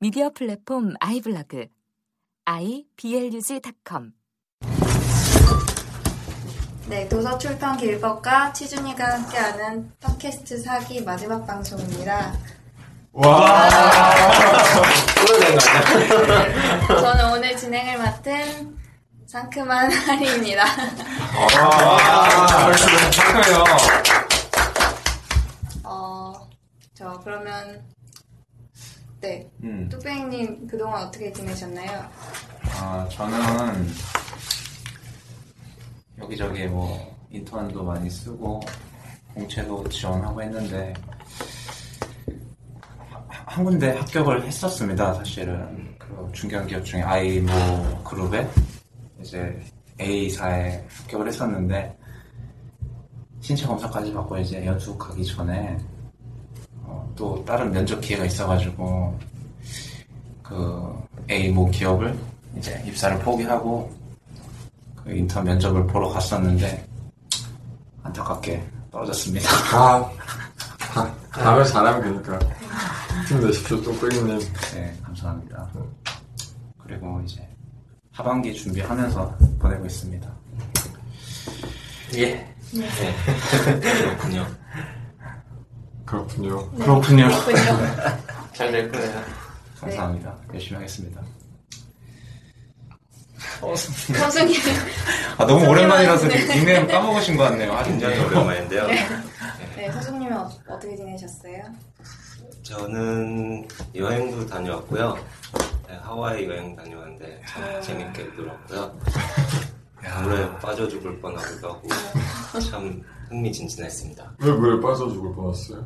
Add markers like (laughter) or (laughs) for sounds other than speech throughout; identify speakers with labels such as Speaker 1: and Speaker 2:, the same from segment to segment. Speaker 1: 미디어 플랫폼 아이블로그 iblog.com
Speaker 2: 네, 도서 출판 길법과 치준이가 함께하는 팟캐스트 사기 마지막 방송입니다. 와! 저는 오늘 진행을 맡은 상큼한 (laughs) 하리입니다.
Speaker 3: 아, 착해요.
Speaker 2: 어, 저 그러면 네,
Speaker 3: 음,
Speaker 2: 뚝배이님 그동안 어떻게
Speaker 3: (laughs)
Speaker 2: 지내셨나요?
Speaker 3: 아, 저는 여기저기 뭐 인턴도 많이 쓰고 공채도 지원하고 했는데 하- 한 군데 합격을 했었습니다, 사실은. 그 중견기업 중에 아이모 그룹에 이제 A사에 합격을 했었는데 신체 검사까지 받고 이제 연수 가기 전에 어, 또 다른 면접 기회가 있어가지고 그 A 모 기업을 이제 입사를 포기하고 그 인턴 면접을 보러 갔었는데 안타깝게 떨어졌습니다.
Speaker 4: 아, 다, 그 다음에 잘하면 되니까. 힘내십시오, 똥꼬이님.
Speaker 3: 네, 감사합니다. 그리고 이제 하반기 준비하면서 보내고 있습니다.
Speaker 5: 예. 그렇군요.
Speaker 4: 그렇군요.
Speaker 3: 그렇군요.
Speaker 2: 그렇군요.
Speaker 5: 잘 될 거예요.
Speaker 3: 감사합니다. 열심히 하겠습니다.
Speaker 2: 선수님,
Speaker 3: 아, 너무 오랜만이라서
Speaker 2: 네.
Speaker 3: 닉네임 까먹으신 것 같네요. 아,
Speaker 5: 굉장히 오랜만인데요.
Speaker 2: 네, 선수님은 어, 어떻게 지내셨어요?
Speaker 5: 저는 여행도 다녀왔고요. 네, 하와이 여행 다녀왔는데 참 재밌게 놀았고요. 물에 빠져 죽을 뻔하기도 하고 참 흥미진진했습니다.
Speaker 4: 왜 물에 빠져 죽을 뻔했어요?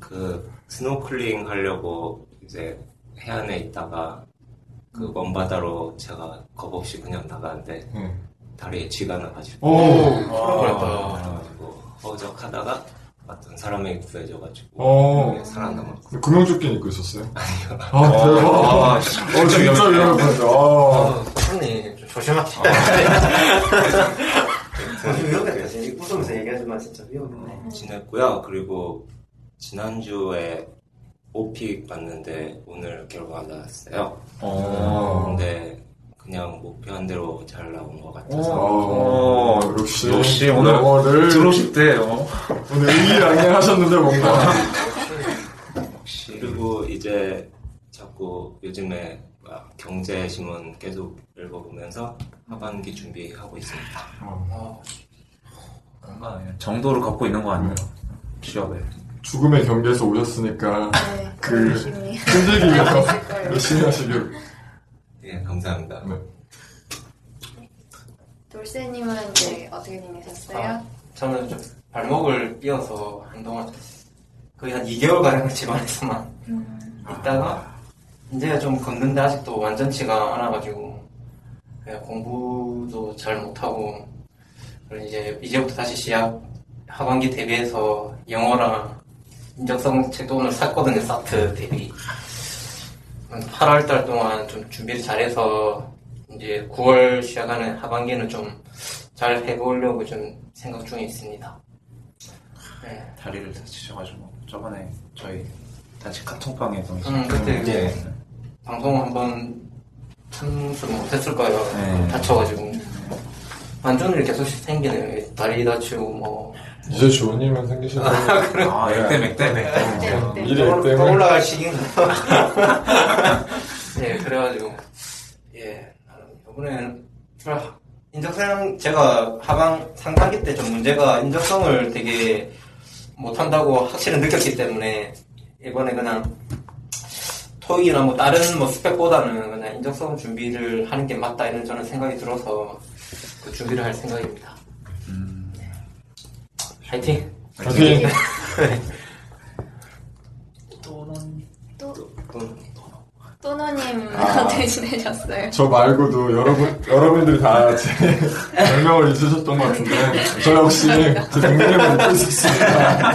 Speaker 5: 그 스노클링 하려고 이제 해안에 있다가 그 먼바다로 제가 겁없이 그냥 나가는데
Speaker 4: 응.
Speaker 5: 다리에 쥐가 나가지고
Speaker 4: 오,
Speaker 5: 그래가지고 허적하다가 어떤 사람에게 구해져가지고
Speaker 4: 어.
Speaker 5: 네, 살아남았고
Speaker 4: 구명조끼 입고 있었어요? 아, 대박.
Speaker 3: 아,
Speaker 4: 어, 진짜 위험했어요.
Speaker 6: 손님
Speaker 5: (laughs)
Speaker 6: 좀 조심하세요. 아주 위험했다. 진짜 웃으면서 얘기하지만 진짜 위험했네.
Speaker 5: 어, 지냈고요. 그리고 지난주에 오픽 봤는데 오늘 결과가 나왔어요.
Speaker 4: 어.
Speaker 5: 근데 그냥 목표한 대로 잘 나온 것 같아서
Speaker 4: 어, 역시.
Speaker 3: 역시 오늘
Speaker 4: 영어를
Speaker 3: 들어오실 때, 어.
Speaker 4: 오늘 의기양양하셨는데, 뭔가.
Speaker 5: 그리고 이제 자꾸 요즘에 막 경제신문 계속 읽어보면서 하반기 준비하고 있습니다.
Speaker 3: 뭔가 정도를 갖고 있는 것 같네요. 취업에.
Speaker 4: 죽음의 경계에서 오셨으니까,
Speaker 2: 네,
Speaker 4: 그-
Speaker 2: 열심히
Speaker 4: 힘들기 위해서
Speaker 2: 할수 있을 거예요.
Speaker 4: 열심히 하시길.
Speaker 5: 예, 감사합니다.
Speaker 4: 네.
Speaker 2: 돌쇠님은 이제 어떻게 지내셨어요?
Speaker 6: 아, 저는 좀 발목을 삐어서 한동안 거의 한 2개월가량을 집안에서만 있다가 이제 좀 걷는데 아직도 완전치가 않아가지고 그냥 공부도 잘 못하고 그리고 이제 이제부터 다시 시합 하반기 대비해서 영어랑 인적성 책도 오늘 샀거든요 사트 대비 8월 달 동안 좀 준비를 잘해서 이제 9월 시작하는 하반기는 좀 잘 해보려고 좀 생각 중에 있습니다. 네.
Speaker 3: 다리를 다치셔가지고 저번에 저희 단체 카톡방에서
Speaker 6: 음, 그때
Speaker 3: 네.
Speaker 6: 방송 한번 참석 못했을 거예요.
Speaker 3: 네.
Speaker 6: 다쳐가지고 완전 이렇게 소식 생기네요. 다리 다치고 뭐
Speaker 4: 이제 좋은 일만 생기셨네요.
Speaker 3: 아 액땜 액땜
Speaker 2: 네,
Speaker 3: 액땜
Speaker 2: 어때요?
Speaker 4: 일이
Speaker 6: 떠올-
Speaker 4: 때문에.
Speaker 7: (laughs)
Speaker 6: 떠올라갈 시기인 거. 예,
Speaker 7: 네,
Speaker 6: 그래가지고 예 이번엔
Speaker 7: 인적성 제가 하방 상반기 때 좀 문제가 인적성을 되게 못한다고 확실히 느꼈기 때문에 이번에 그냥 토익이나 뭐 다른 뭐 스펙보다는 그냥 인적성 준비를 하는 게 맞다 이런 저는 생각이 들어서 그 준비를 할 생각입니다. 네. 파이팅!
Speaker 4: 파이팅!
Speaker 2: 또, 또, 또노님 (laughs)
Speaker 4: 아.
Speaker 2: 대신해셨어요. 네.
Speaker 4: 저 말고도 여러분, 여러분들이 다제 별명을 잊으셨던 것 같은데, 저 역시 제 닉네임을 잊고 있었습니다.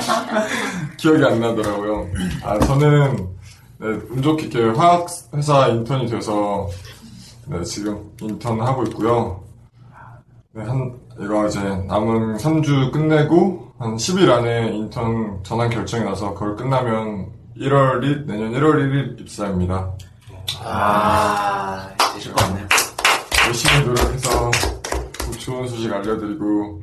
Speaker 4: 기억이 안 나더라고요. 아, 저는, 네, 운 좋게 이렇게 화학회사 인턴이 돼서, 네, 지금 인턴 하고 있고요. 네, 한, 이거 이제 남은 3주 끝내고, 한 10일 안에 인턴 전환 결정이 나서, 그걸 끝나면 1월 1, 내년 1월 1일 입사입니다.
Speaker 3: 아, 되실 것 같네요.
Speaker 4: 열심히 노력해서 꼭 좋은 소식 알려드리고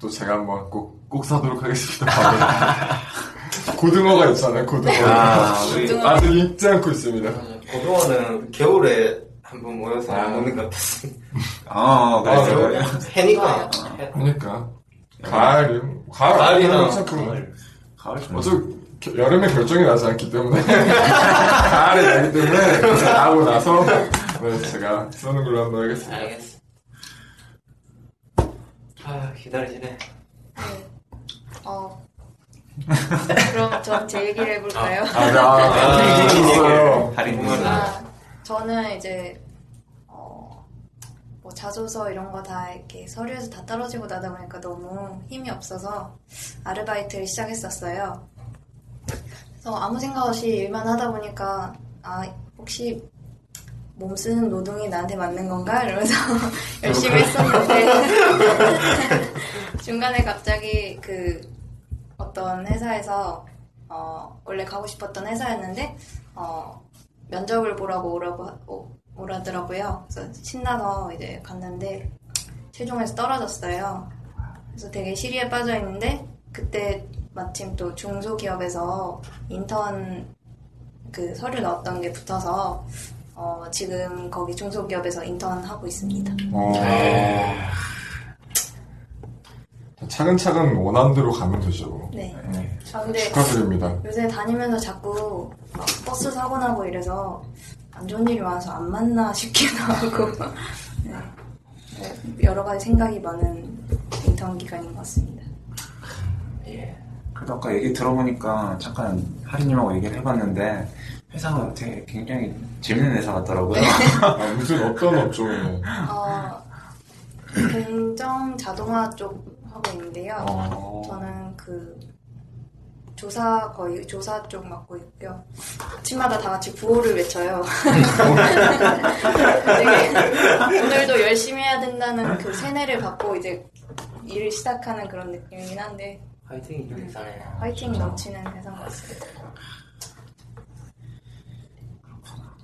Speaker 4: 또 제가 한번 꼭, 꼭 사도록 하겠습니다. 밥을. 고등어가 있잖아요, 고등어.
Speaker 3: 아, 우리
Speaker 4: 아, 직 잊지 않고 있습니다.
Speaker 7: 고등어는 겨울에 한번 모여서
Speaker 3: 아.
Speaker 7: 먹는 것 같았어요.
Speaker 3: 어,
Speaker 5: 아,
Speaker 3: 그래요.
Speaker 7: 해니까.
Speaker 4: 그러니까. 가을이, 가을,
Speaker 7: 가을이나
Speaker 4: 항상 그-
Speaker 3: 가을 좀.
Speaker 4: 어차피 겨- 여름에 결정이 나지 않기 때문에. 가을이 나기 때문에 나고 나서 네, 제가 쓰는 걸로 한번 하겠습니다.
Speaker 7: 알겠어. 아, 기다리시네.
Speaker 2: 어. 그럼 저 제 얘기를 해볼까요?
Speaker 4: 아, 네, 아, 있어요.
Speaker 3: 할인
Speaker 2: 아, 저는 이제 어, 뭐 자소서 이런 거 다 이렇게 서류에서 다 떨어지고 나다 보니까 너무 힘이 없어서 아르바이트를 시작했었어요. 그래서 아무 생각 없이 일만 하다 보니까 아 혹시 몸 쓰는 노동이 나한테 맞는 건가 이러면서 (laughs) 열심히 했었는데 (laughs) 중간에 갑자기 그 어떤 회사에서 어, 원래 가고 싶었던 회사였는데 어, 면접을 보라고 오라고 하- 오- 오라더라고요. 그래서 신나서 이제 갔는데 최종에서 떨어졌어요. 그래서 되게 시리에 빠져 있는데 그때 마침 또 중소기업에서 인턴 그 서류 넣었던 게 붙어서 어, 지금 거기 중소기업에서 인턴 하고 있습니다.
Speaker 4: 어. 차근차근 원한대로 가면 되죠.
Speaker 2: 네. 아 근데
Speaker 4: 축하드립니다.
Speaker 2: 요새 다니면서 자꾸 막 버스 사고 나고 이래서 안 좋은 일이 많아서 안 만나 싶기도 (laughs) 하고 네. 뭐 여러 가지 생각이 많은 인턴 기간인 것 같습니다.
Speaker 3: 예. 그래도 아까 얘기 들어보니까 잠깐 하리님하고 얘기를 해봤는데 회사가 되게 굉장히 재밌는 회사 같더라고요.
Speaker 4: 아, 무슨 어떤 업종이에요?
Speaker 2: 어, 공정 자동화 쪽 하고 있는데요.
Speaker 4: 어.
Speaker 2: 저는 그 조사 거의 조사 쪽 맡고 있고요. 아침마다 다 같이 구호를 외쳐요. 되게 네. 오늘도 열심히 해야 된다는 그 세뇌를 받고 이제 일을 시작하는 그런 느낌이긴 한데
Speaker 7: 화이팅
Speaker 6: 음.
Speaker 7: 이렇게 사네.
Speaker 2: 화이팅 넘치는 회사인 것 같습니다.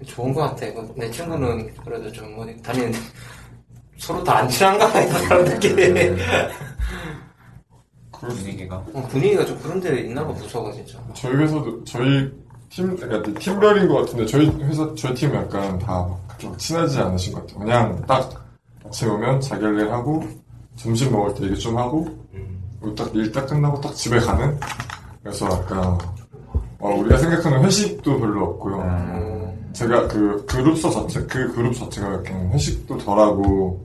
Speaker 7: 좋은 것 같아. 그내 친구는 그래도 좀 어디 다니는데 서로 다 안 친한가 봐요,
Speaker 6: 네.
Speaker 7: 사람들끼리.
Speaker 3: 그런 분위기가.
Speaker 7: 어, 분위기가 좀 그런 데 있나 봐, 부서가 진짜.
Speaker 4: 저희 회사도 저희 팀 그러니까 팀별인 것 같은데 저희 회사 저희 팀은 약간 다막 그렇게 막 친하지 않으신 것 같아요. 그냥 딱 아침에 오면 자기 할 일 하고 점심 먹을 때 얘기 좀 하고 딱일딱 끝나고 딱 집에 가는 그래서 아까 와, 우리가 생각하는 회식도 별로 없고요.
Speaker 3: 음.
Speaker 4: 제가 그 그룹서 자체 그 그룹 자체가 약간 회식도 덜하고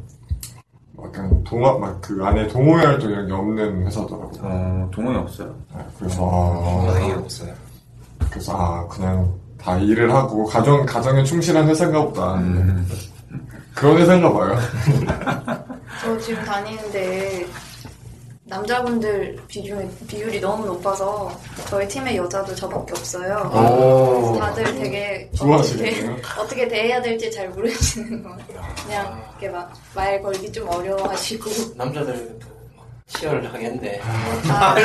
Speaker 4: 약간 동아 막그 안에 동호회 활동 이런 게 없는 회사더라고요.
Speaker 3: 어, 동호회 없어요.
Speaker 4: 네,
Speaker 3: 그렇죠.
Speaker 4: 그래서 아,
Speaker 3: 아예 없어요.
Speaker 4: 그래서 아 그냥 다 일을 하고 가정 가정에 충실한 회사인가 보다
Speaker 3: 음.
Speaker 4: 그런 회사인가 봐요.
Speaker 2: 저 지금 다니는데 남자분들 비중이, 비율이 너무 높아서 저희 팀의 여자도 저밖에 없어요.
Speaker 4: 오.
Speaker 2: 다들 되게 어떻게,
Speaker 4: 좋아하시겠네요.
Speaker 2: 어떻게 대해야 될지 잘 모르시는 거 같아요. 그냥 이렇게 막 말 걸기 좀 어려워하시고
Speaker 7: 남자들도 막 치열을 하겠는데.
Speaker 3: 아.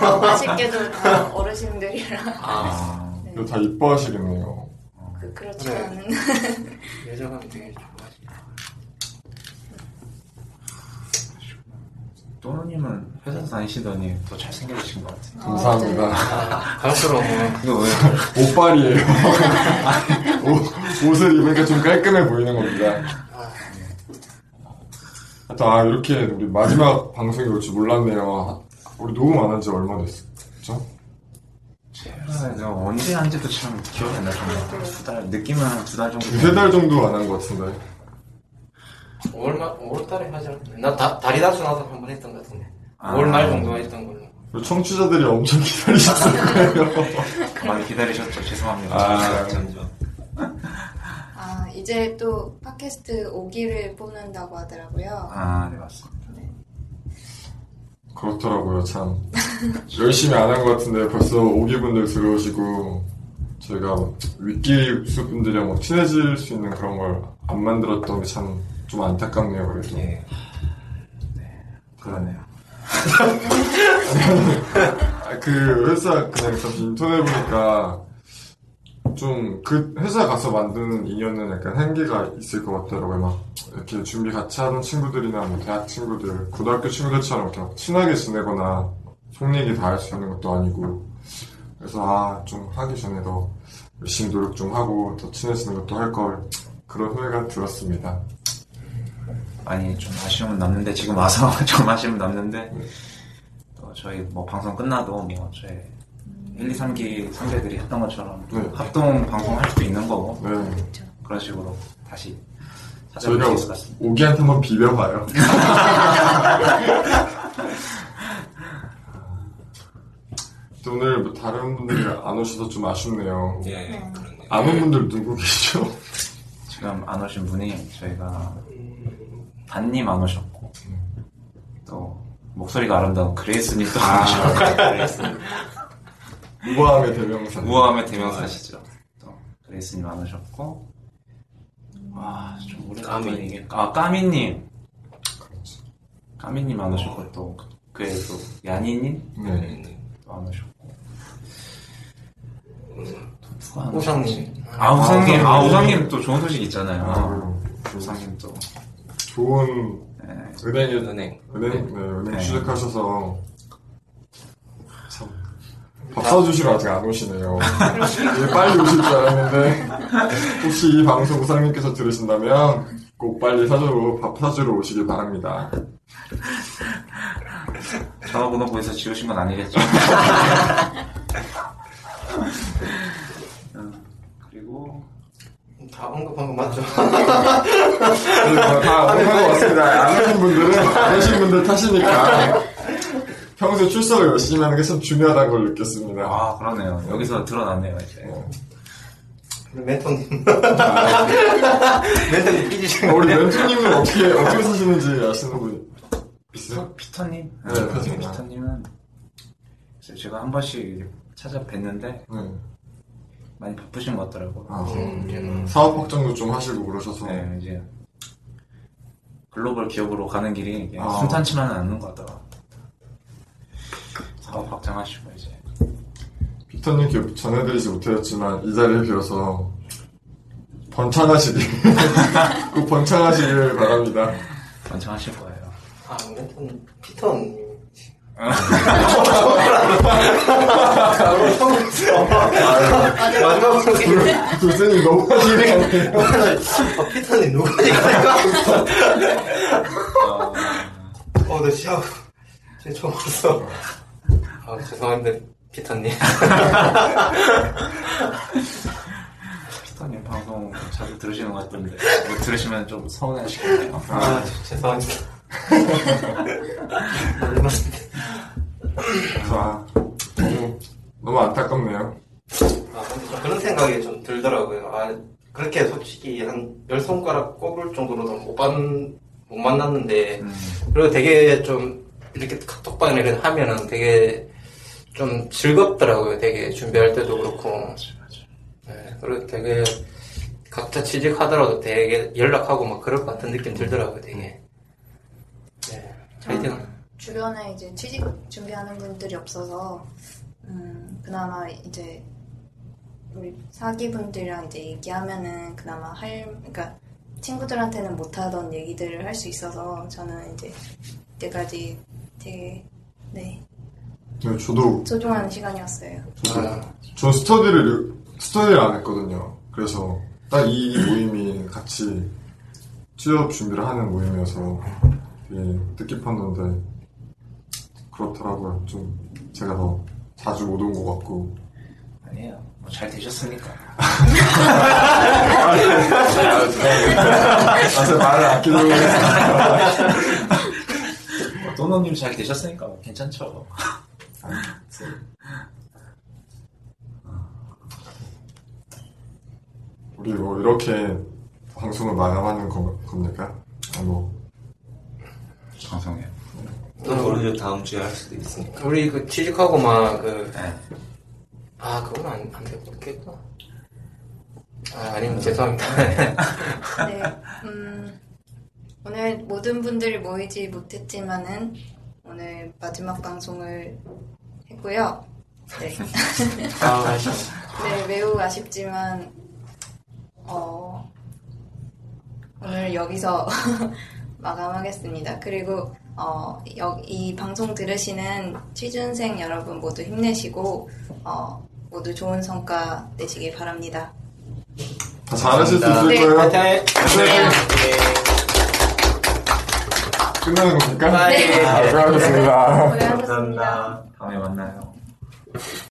Speaker 2: 다 맛있게도 다 어르신들이라
Speaker 7: 아,
Speaker 3: 아,
Speaker 2: 네,
Speaker 4: 그리고 다 이뻐하시겠네요.
Speaker 2: 그, 그렇지
Speaker 7: 그래.
Speaker 2: 않은
Speaker 7: 여자감이 되게 좋아하지.
Speaker 3: 또노님은 회사 다니시더니 더 잘생겨지신 것 같아요.
Speaker 4: 감사합니다.
Speaker 7: 아, 갈수록 뭐,
Speaker 3: 그거 왜?
Speaker 4: (laughs) 옷빨이에요. 옷, 옷을 입으니까 좀 깔끔해 보이는 겁니다. 하여튼 아 이렇게 우리 마지막 방송이 올 줄 몰랐네요. 우리 녹음 안 한 지 얼마 됐죠?
Speaker 3: 제가 내가 언제 한지도 참 기억이 안 나요. 두달 느낌은 한두달 정도.
Speaker 4: 두세 달 정도 안 한 것 같은데.
Speaker 7: 뭐 5월 말, 5월 달에 하지 않았나? 나 다, 다리 다수 나서 한 번 했던 것 같은데.
Speaker 3: 아.
Speaker 7: 5월 말 정도 했던 걸로.
Speaker 4: 그리고 청취자들이 엄청 기다리셨을 거예요.
Speaker 5: 아,
Speaker 3: 많이 기다리셨죠. 죄송합니다.
Speaker 4: 아.
Speaker 3: 점점.
Speaker 2: 아, 이제 또 팟캐스트 5기를 뽑는다고 하더라고요.
Speaker 3: 아, 네, 맞습니다.
Speaker 4: 그렇더라고요, 참. (laughs) 열심히 안 한 것 같은데 벌써 5기 분들 들어오시고, 저희가 윗기 수 분들이랑 막 친해질 수 있는 그런 걸 안 만들었던 게 참 좀 안타깝네요, 그래도.
Speaker 3: 예.
Speaker 4: (laughs)
Speaker 3: 그러네요.
Speaker 4: 아, 그 회사 그냥 잠시 인터넷 보니까 좀 그 회사 가서 만드는 인연은 약간 한계가 있을 것 같더라고요. 막 이렇게 준비 같이 하는 친구들이나 뭐 대학 친구들, 고등학교 친구들처럼 이렇게 막 친하게 지내거나 속 얘기 다 할 수 있는 것도 아니고 그래서 아 좀 하기 전에 더 열심히 노력 좀 하고 더 친해지는 것도 할 걸 그런 후회가 들었습니다.
Speaker 3: 많이 좀 아쉬움은 남는데 지금 와서 (laughs) 좀 아쉬움 남는데 또 저희 뭐 방송 끝나도 뭐 저희 1, 2, 3기 선배들이 했던 것처럼
Speaker 4: 네.
Speaker 3: 합동 방송할 수도 있는 거고
Speaker 4: 네.
Speaker 3: 그런 식으로 다시 찾아볼
Speaker 4: 저희가
Speaker 3: 수 있을 것 같습니다.
Speaker 4: 오기한테 한번 비벼봐요.
Speaker 3: (laughs)
Speaker 4: 또 오늘 뭐 다른 분들이 안 오셔서 좀 아쉽네요.
Speaker 5: 예,
Speaker 2: 네.
Speaker 5: 그렇네요.
Speaker 4: 안 온 분들 누구 계시죠? (laughs)
Speaker 3: 지금 안 오신 분이 저희가 단님 안 오셨고 또 목소리가 아름다운 그레이스님도 안 오셨고 그레이스님.
Speaker 4: 우아함의 대명사.
Speaker 3: 우아함의 대명사시죠. 또 그레이스님 안 오셨고 와좀 오래
Speaker 5: 까미.
Speaker 3: 이게 아 까미님 까미님 안 오셨고 또 그에도 야니님
Speaker 4: 네.
Speaker 3: 또 안 오셨고 또 누가 안 오셨-
Speaker 6: 우상님.
Speaker 3: 아 우상님 아 우상님 또 좋은 소식 있잖아요.
Speaker 4: 아,
Speaker 3: 우상님 또
Speaker 4: 좋은
Speaker 3: 네.
Speaker 4: 은행, 일-
Speaker 5: 은행.
Speaker 4: 은행, 네, 은행
Speaker 3: 네.
Speaker 4: 취직하셔서 참. 밥 사주시러 아직 안 오시네요. 예, 빨리 오실 줄 알았는데, 혹시 이 방송 우상님께서 들으신다면, 꼭 빨리 사주러, 밥 사주러 오시길 바랍니다.
Speaker 3: 전화번호부에서 지우신 건 아니겠죠? 음, 그리고
Speaker 6: 다 언급한 거 맞죠?
Speaker 4: 네, 다- 다 오는 것 같습니다. 안 오신 분들은, 안 오신 분들 탓이니까, 평소에 출석을 열심히 하는 게 참 중요하다는 걸 느꼈습니다.
Speaker 3: 아 그러네요. 여기서 드러났네요. 이제.
Speaker 6: 멘토님. 멘토님 삐지신
Speaker 4: 우리 멘토님은 어떻게, 어떻게 사시는지 아시는 분 있어요?
Speaker 3: 피- 피터님,
Speaker 4: 네,
Speaker 3: 네,
Speaker 4: 그렇습니다.
Speaker 3: 피터님은 글쎄요, 제가 한 번씩 찾아뵀는데
Speaker 4: 네.
Speaker 3: 많이 바쁘신 것 같더라고요.
Speaker 4: 아,
Speaker 6: 음.
Speaker 4: 사업 확정도 좀 하시고 그러셔서.
Speaker 3: 네, 이제 글로벌 기업으로 가는 길이 이게
Speaker 4: 아.
Speaker 3: 순탄치만은 않는 것 같더라고요. 사업 확장하시고 이제
Speaker 4: 빅터님 께 전해드리지 못하였지만 이 자리를 빌어서 번창하시길 (laughs) 꼭 번창하시길 바랍니다.
Speaker 3: 완성하실 거예요.
Speaker 6: 아, 멘토님. 피터님.
Speaker 7: (laughs)
Speaker 6: 마지막으로
Speaker 4: 교수님 너무 하시는 것 같아요.
Speaker 6: 아, 피터님 어, 누구지? 어,
Speaker 3: 어,
Speaker 6: 나 시험. 제 처음 봤어. 아, 죄송한데, 피터님.
Speaker 3: 피터님 방송 자주 들으시는 것 같던데 뭐 들으시면 좀 서운해하시겠네요.
Speaker 6: 아, (laughs) 죄송합니다. 아, 놀랐는데.
Speaker 4: 아, 너무, 너무 안타깝네요.
Speaker 6: 아, 근데 좀 그런 생각이 좀 들더라고요. 아, 그렇게 솔직히 한 열 손가락 꼽을 정도로는 못, 봤, 못 만났는데,
Speaker 3: 음,
Speaker 6: 그리고 되게 좀 이렇게 카톡방이라도 하면은 되게 좀 즐겁더라고요. 되게 준비할 때도 그렇고. 네, 그리고 되게 각자 취직하더라도 되게 연락하고 막 그럴 것 같은 느낌 들더라고요. 되게. 네. 하여튼,
Speaker 2: 음. 주변에 이제 취직 준비하는 분들이 없어서 음, 그나마 이제 우리 사기 분들이랑 이제 얘기하면은 그나마 할 그러니까 친구들한테는 못하던 얘기들을 할 수 있어서 저는 이제 이때까지 되게 네
Speaker 4: 네, 저도
Speaker 2: 소중한 시간이었어요.
Speaker 6: 아,
Speaker 4: 전 스터디를 스터디를 안 했거든요. 그래서 딱 이 모임이 같이 취업 준비를 하는 모임이어서 되게 뜻깊었는데 그렇더라고요. 좀 제가 더 자주 못 온 것 같고
Speaker 3: 아니에요. 뭐 잘 되셨으니까.
Speaker 4: 아, 제가 말을 아끼려고 했어요.
Speaker 3: 뭐 또노님 잘 되셨으니까 뭐 괜찮죠.
Speaker 4: 우리 뭐 이렇게 어, 방송을 마감하는 거, 겁니까? 아, 뭐
Speaker 3: 방송에.
Speaker 5: 또 모르죠 다음 주에 할 수도 있으니까
Speaker 6: 우리 그 취직하고 막그
Speaker 3: 네.
Speaker 6: 아, 그건 안, 안 되겠다. 아, 아니면 죄송합니다.
Speaker 2: 네, 음, 오늘 모든 분들이 모이지 못했지만은 오늘 마지막 방송을 했고요. 네,
Speaker 6: 아, 아쉽
Speaker 2: 네, 매우 아쉽지만 어, 오늘 여기서 (laughs) 마감하겠습니다. 그리고 어, 여- 이 방송 들으시는 취준생 여러분 모두 힘내시고 어, 모두 좋은 성과 내시길 바랍니다.
Speaker 4: 다 잘하실 수 있을
Speaker 2: 네.
Speaker 4: 거예요?
Speaker 6: 네.
Speaker 4: 끝나는 겁니까?
Speaker 6: 네.
Speaker 4: 아, 수고하셨습니다.
Speaker 2: 고생하셨습니다.
Speaker 3: 다음에 만나요.